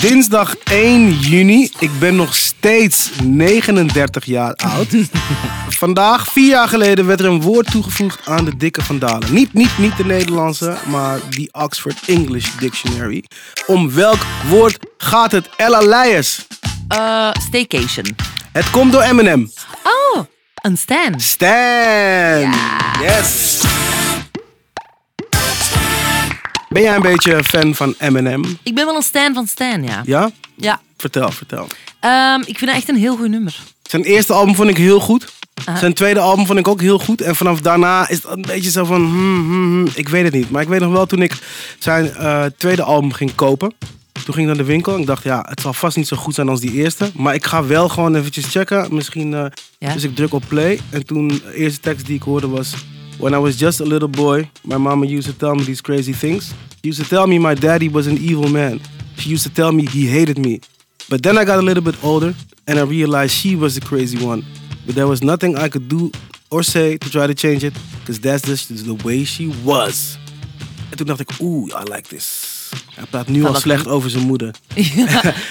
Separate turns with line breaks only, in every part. Dinsdag 1 juni. Ik ben nog steeds 39 jaar oud. Vandaag, vier jaar geleden, werd er een woord toegevoegd aan de dikke vandalen. Niet, niet, niet de Nederlandse, maar die Oxford English Dictionary. Om welk woord gaat het? Ella Leijers.
Eh, staycation.
Het komt door Eminem.
Oh, een stan.
Stan. Yes. Ben jij een beetje fan van Eminem?
Ik ben wel een stan van Stan, ja.
Ja?
Ja.
Vertel, vertel.
Ehm, ik vind dat echt een heel goed nummer.
Zijn eerste album vond ik heel goed. Zijn tweede album vond ik ook heel goed. En vanaf daarna is het een beetje zo van... hmm, hmm, hmm, ik weet het niet. Maar ik weet nog wel toen ik zijn eh, tweede album ging kopen. Toen ging ik naar de winkel en ik dacht... Ja, het zal vast niet zo goed zijn als die eerste. Maar ik ga wel gewoon eventjes checken. Misschien... eh,
Ja.
Dus ik druk op play. En toen de eerste tekst die ik hoorde was... When I was just a little boy, my mama used to tell me these crazy things. She used to tell me my daddy was an evil man. She used to tell me he hated me. But then I got a little bit older and I realized she was the crazy one. But there was nothing I could do or say to try to change it, because that's just the way she was. En toen dacht ik, oeh, I like this. Hij praat nu al
dat
slecht over zijn moeder.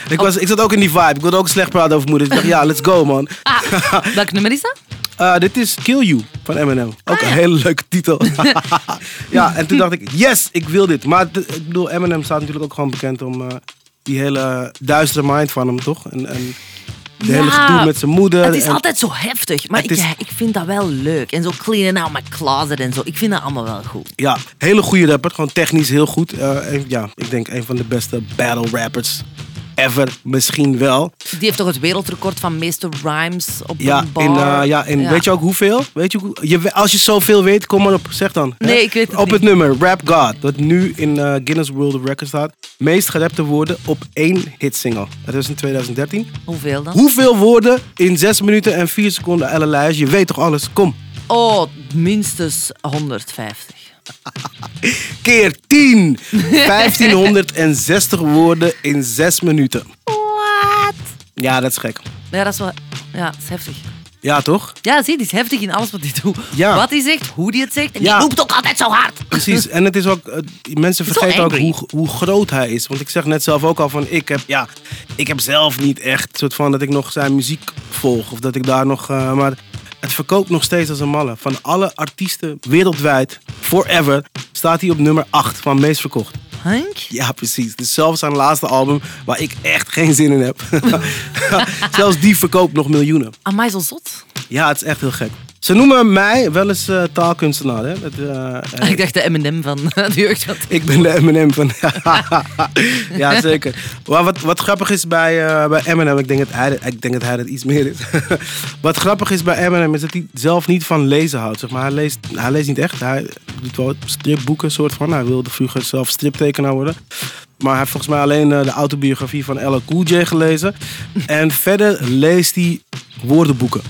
En ik, was, ik zat ook in die vibe. Ik wilde ook slecht praten over moeder. Dus ik dacht, ja, let's go, man.
Ah, welk nummer is dat?
Eh, dit is Kill You van Eminem.
Ah,
Ook een hele leuke titel. ja, en toen dacht ik, yes, ik wil dit. Maar d- ik bedoel, Eminem staat natuurlijk ook gewoon bekend om eh, die hele duistere mind van hem, toch? En, en de hele
Ja,
gedoe met zijn moeder.
Het is
Eh, en-
altijd zo heftig, maar
Het
ik, eh,
is-
ik vind dat wel leuk. En zo cleanen out my closet en zo. Ik vind dat allemaal wel goed.
Ja, hele goede rapper. Gewoon technisch heel goed. Eh, en ja, ik denk een van de beste battle rappers ever. Misschien wel.
Die heeft toch het wereldrecord van meeste rhymes op
Ja,
een bar?
en, eh, ja, en weet je ook hoeveel? Weet je, ook hoe- je, we- als je zoveel weet, kom maar op, zeg dan. hè?
Nee, ik weet het
Op
niet.
het nummer Rap God, dat nu in eh, Guinness World Records staat. Meest gerapte woorden op één hitsingle. Dat is in 2013.
Hoeveel dan?
Hoeveel woorden in 6 minuten en 4 seconden, Ellen Leijers? Je weet toch alles? Kom.
Oh, minstens 150.
Keer 10. 1560 woorden in 6 minuten.
What?
Ja, dat is gek.
Ja, dat is wel... Ja, dat is heftig.
Ja, toch?
Ja, zie, die is heftig in alles wat hij doet.
Ja.
Wat hij zegt, hoe hij het zegt. En
Ja.
die roept ook altijd zo hard.
Precies, en het is ook, eh, die mensen
is wel
vergeten ook hoe,
angry.
hoe groot hij is. Want ik zeg net zelf ook al van, ik heb, ja, ik heb zelf niet echt soort van dat ik nog zijn muziek volg. Of dat ik daar nog, eh, maar het verkoopt nog steeds als een malle. Van alle artiesten wereldwijd, forever, staat hij op nummer 8 van meest verkocht.
Hank?
Ja, precies. Dus zelfs zijn laatste album, waar ik echt geen zin in heb. zelfs die verkoopt nog miljoenen.
Amai, zo zot.
Ja, het is echt heel gek. Ze noemen mij wel eens eh, taalkunstenaar, hè. Het, eh, eh,
Ik dacht de M&M van de jeugd. had.
Ik ben de M&M van... ja, zeker. Maar wat, wat grappig is bij, eh bij M&M... Ik denk, dat hij, ik denk dat hij dat iets meer is. wat grappig is bij M&M is dat hij zelf niet van lezen houdt. Zeg maar. hij, leest, hij leest niet echt. Hij doet wel stripboeken soort van. Hij wilde vroeger zelf striptekenaar worden. Maar hij heeft volgens mij alleen eh, de autobiografie van LL Cool J gelezen. En verder leest hij woordenboeken.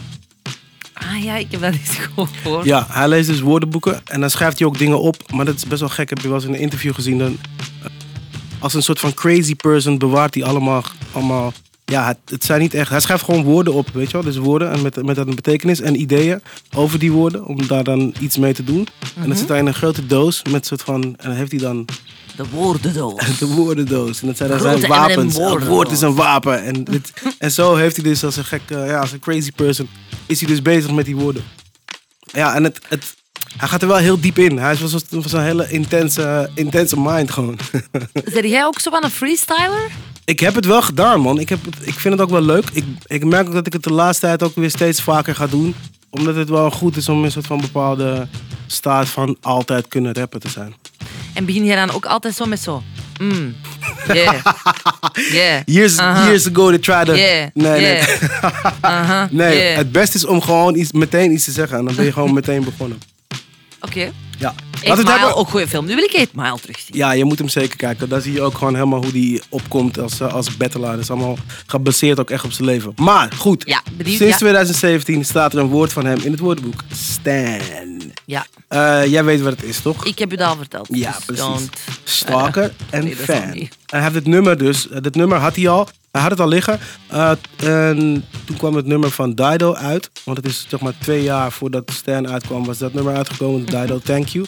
Ah ja, ik heb dat niet gehoord.
Ja, hij leest dus woordenboeken en dan schrijft hij ook dingen op. Maar dat is best wel gek. Heb je wel eens in een interview gezien? Dan, eh, als een soort van crazy person bewaart hij allemaal. allemaal ja, het, het zijn niet echt. Hij schrijft gewoon woorden op, weet je wel. Dus woorden en met, met dat een betekenis en ideeën over die woorden. Om daar dan iets mee te doen. En dat zit hij in een grote doos met soort van. En dan heeft hij dan
De woordendoos.
de woordendoos. En dat zijn dan
Grote
zijn wapens.
M&M
Elk woord is een wapen. En, dit, en zo heeft hij dus als een gek, eh, ja, als een crazy person, is hij dus bezig met die woorden. Ja, en het, het, hij gaat er wel heel diep in. Hij is wel zo'n zo'n hele intense, intense mind gewoon.
Zijn jij ook zo van een freestyler?
ik heb het wel gedaan, man. Ik, heb het, ik vind het ook wel leuk. Ik, ik merk ook dat ik het de laatste tijd ook weer steeds vaker ga doen. Omdat het wel goed is om in een soort van bepaalde staat van altijd kunnen rappen te zijn.
En begin jij dan ook altijd zo met zo... Mm. Yeah. Yeah.
Years,
Aha.
years ago they tried to...
Uh-huh. Yeah.
Nee, nee.
yeah. Aha.
Nee,
Yeah.
het beste is om gewoon iets, meteen iets te zeggen. En dan ben je gewoon meteen begonnen.
Oké.
Ja.
Eight
het
Mile,
hebben-
ook een goede film. Nu wil ik Eight Mile terugzien.
ja, je moet hem zeker kijken. Daar zie je ook gewoon helemaal hoe die opkomt als, eh, als battelaar. Dat is allemaal gebaseerd ook echt op zijn leven. Maar goed,
Ja, benieuwd,
sinds
ja.
2017 staat er een woord van hem in het woordenboek. Stan.
Ja.
Eh, jij weet wat het is, toch?
Ik heb je dat al verteld.
Ja,
dus
precies.
don't-
Stalker en
nee, dat is
fan.
al
En
niet.
hij heeft het nummer dus. eh, Dat nummer had hij al. Hij Hij had het al liggen. Eh, en toen kwam het nummer van Dido uit. Want het is zeg maar twee jaar voordat Stan uitkwam, was dat nummer uitgekomen. Dido, thank you.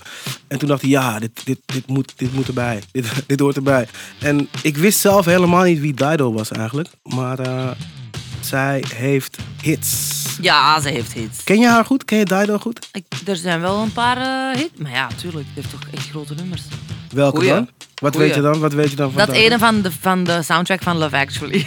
En toen dacht ik, ja, dit, dit, dit, moet, dit moet erbij. Dit, dit hoort erbij. En ik wist zelf helemaal niet wie Dido was eigenlijk. Maar eh, zij heeft hits.
Ja, ze heeft hits.
Ken je haar goed? Ken je Dido goed?
Ik- er zijn wel een paar eh, hits. Maar ja, tuurlijk, ze heeft toch echt grote nummers.
Welke
Goeie.
dan? Wat
Goeie.
weet je dan? Wat weet je dan van
Dat
Dido?
ene van de, van de soundtrack van Love Actually.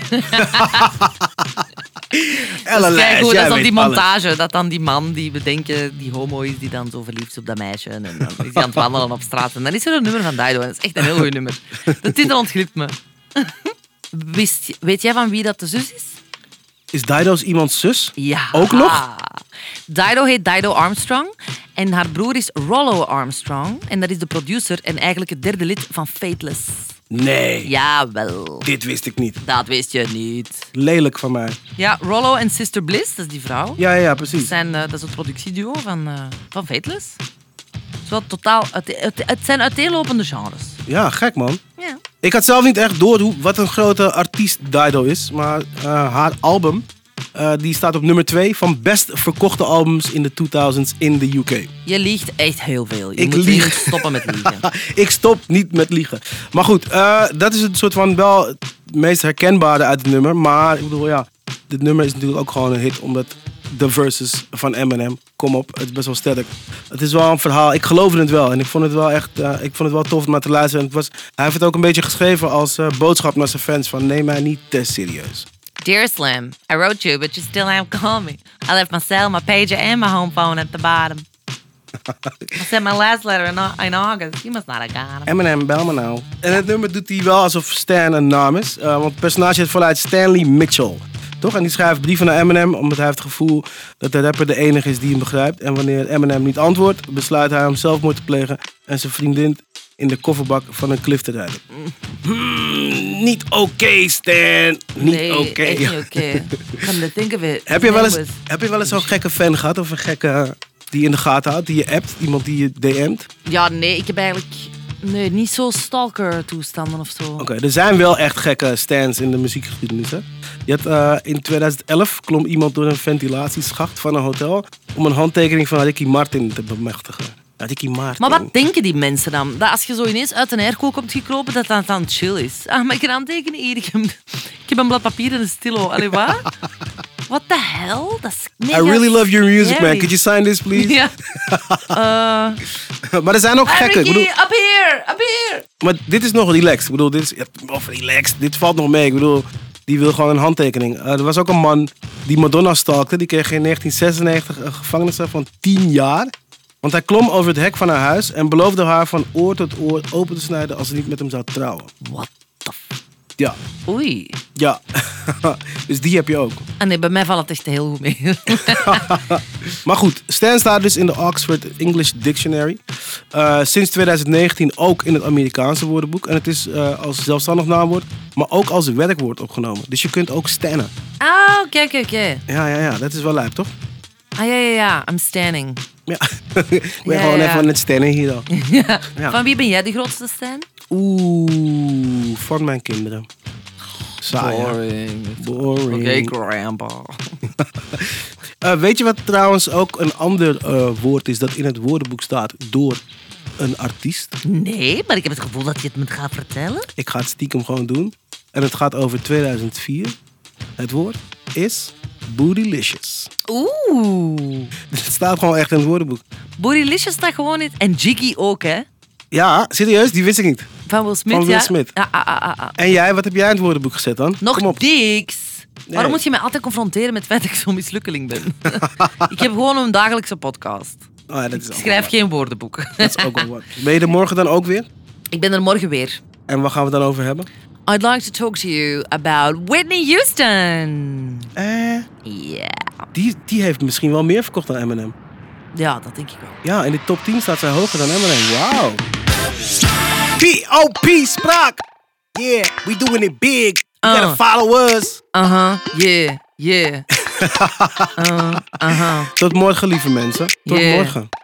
Ella
Dus
Lijs,
kijk hoe
jij
dat
weet
is dan die
alles.
montage, dat dan die man die bedenken, die homo is, die dan zo verliefd is op dat meisje. En dan is hij aan het wandelen op straat. En dan is er een nummer van Dido. En dat is echt een heel goed nummer. De titel ontglipt me. Wist, je- weet jij van wie dat de zus is?
Is Dido's iemands zus?
Ja.
Ook nog?
Dido heet Dido Armstrong. En haar broer is Rollo Armstrong. En dat is de producer en eigenlijk het derde lid van Fateless.
Nee,
Jawel.
dit wist ik niet.
Dat wist je niet.
Lelijk van mij.
Ja, Rollo en Sister Bliss, dat is die vrouw.
Ja, ja,
Dat,
precies.
zijn, eh, dat is het productieduo van, eh van Fateless. Het, is wel totaal, uit- uit- het zijn uiteenlopende genres.
Ja, gek man.
Ja.
Ik had zelf niet echt door hoe, wat een grote artiest Dido is. Maar eh, haar album eh, die staat op nummer 2 van best verkochte albums in de 2000s in de UK.
Je liegt echt heel veel. Je
Ik
moet
lieg.
dringend stoppen met liegen.
ik stop niet met liegen. Maar goed, eh, dat is het soort van wel het meest herkenbare uit het nummer. Maar ik bedoel, ja, dit nummer is natuurlijk ook gewoon een hit. Omdat de verses van Eminem, kom op, het is best wel sterk. Het is wel een verhaal, ik geloofde het wel. En ik vond het wel echt, eh, ik vond het wel tof om naar te luisteren. En het was, hij heeft het ook een beetje geschreven als eh, boodschap naar zijn fans. Van neem mij niet te serieus.
Dear Slim, I wrote you, but you still haven't called me. I left my cell, my pager, and my home phone at the bottom. I sent my last letter in, au- in August. You must not have got 'em.
Eminem, bel me nou. En het nummer doet hij wel alsof Stan een naam is. eh, want het personage heet voluit Stanley Mitchell. Toch? En die schrijft brieven naar Eminem omdat hij heeft het gevoel dat de rapper de enige is die hem begrijpt. En wanneer Eminem niet antwoordt, besluit hij om zelfmoord te plegen en zijn vriendin in de kofferbak van een klif te rijden. Hmm, niet oké, Stan. Niet
nee,
oké.
echt niet oké. Come to think of it.
Heb je
his
wel eens,
name was-
heb je wel eens zo'n gekke fan gehad of een gekke eh, die je in de gaten houdt, die je appt, iemand die je DM't?
Ja, nee, ik heb eigenlijk... Nee, niet zo stalker-toestanden of zo.
Oké, er zijn wel echt gekke stands in de muziekgeschiedenis. Hè? Je had, eh, in 2011 klom iemand door een ventilatieschacht van een hotel om een handtekening van Ricky Martin te bemachtigen. Ja, Ricky Martin.
Maar wat denken die mensen dan? Dat als je zo ineens uit een airco komt gekropen, dat dat dan chill is. Ah, maar ik kan aantekenen hier. Ik heb, ik heb een blad papier en een stilo. Allee, wat? What the hell? Dat is
I
mega
really love your music, man.
scary.
Could you sign this, please?
Ja. Eh,
maar er zijn ook
hey,
gekke. Ik
Ricky,
bedoel,
up here, up here.
maar dit is nog relaxed. Ik bedoel, dit is, ja, of relaxed. Dit valt nog mee. Ik bedoel, die wil gewoon een handtekening. Eh, er was ook een man die Madonna stalkte. Die kreeg in 1996 een gevangenisstraf van 10 jaar. Want hij klom over het hek van haar huis en beloofde haar van oor tot oor open te snijden als ze niet met hem zou trouwen.
What the f...
Ja,
Oei.
ja. dus die heb je ook.
Ah nee, bij mij valt het echt heel goed mee.
Maar goed, Stan staat dus in de Oxford English Dictionary. Eh, sinds 2019 ook in het Amerikaanse woordenboek. En het is eh, als zelfstandig naamwoord, maar ook als werkwoord opgenomen. Dus je kunt ook stannen.
Ah, oké, oké, oké.
Ja, ja, ja, dat is wel lijp, toch?
Ah, ja, ja, ja. I'm standing.
Ja. Ik ben
Ja,
gewoon
ja, ja.
even aan het stannen hier dan. Ja.
Van wie ben jij de grootste Stan?
Oeh, van mijn kinderen. Saai. hè?
Boring.
Boring.
grandpa.
Eh, weet je wat trouwens ook een ander eh, woord is dat in het woordenboek staat door een artiest?
Nee, maar ik heb het gevoel dat je het me gaat vertellen.
Ik ga het stiekem gewoon doen. En het gaat over 2004. Het woord is bootylicious.
Oeh.
Dus Het staat gewoon echt in het woordenboek.
Bootylicious staat gewoon in. En Jiggy ook, hè?
Ja, serieus, die wist ik niet.
Van Will Smith,
Van Will
ja?
Smith.
Ja, ah, ah, ah, ah.
En jij, wat heb jij in het woordenboek gezet dan? Kom
Nog
op.
niks.
Nee.
Waarom moet je mij altijd confronteren met het feit dat ik zo'n mislukkeling ben? ik heb gewoon een dagelijkse podcast.
Oh, ja, dat is
Ik
ook
schrijf
wel
geen woordenboeken.
wat. Dat is ook wel wat. Ben je er morgen dan ook weer?
ik ben er morgen weer.
En waar gaan we het dan over hebben?
I'd like to talk to you about Whitney Houston.
Eh,
Ja.
die, die heeft misschien wel meer verkocht dan Eminem.
Ja, dat denk ik wel.
Ja, in de top 10 staat zij hoger dan Eminem. Wauw. P.O.P. Spraak. Yeah, we doing it big. You
Oh.
gotta follow us.
Aha, yeah, Uh-huh. yeah. Uh, Aha.
Tot morgen, lieve mensen. Tot
Yeah.
morgen.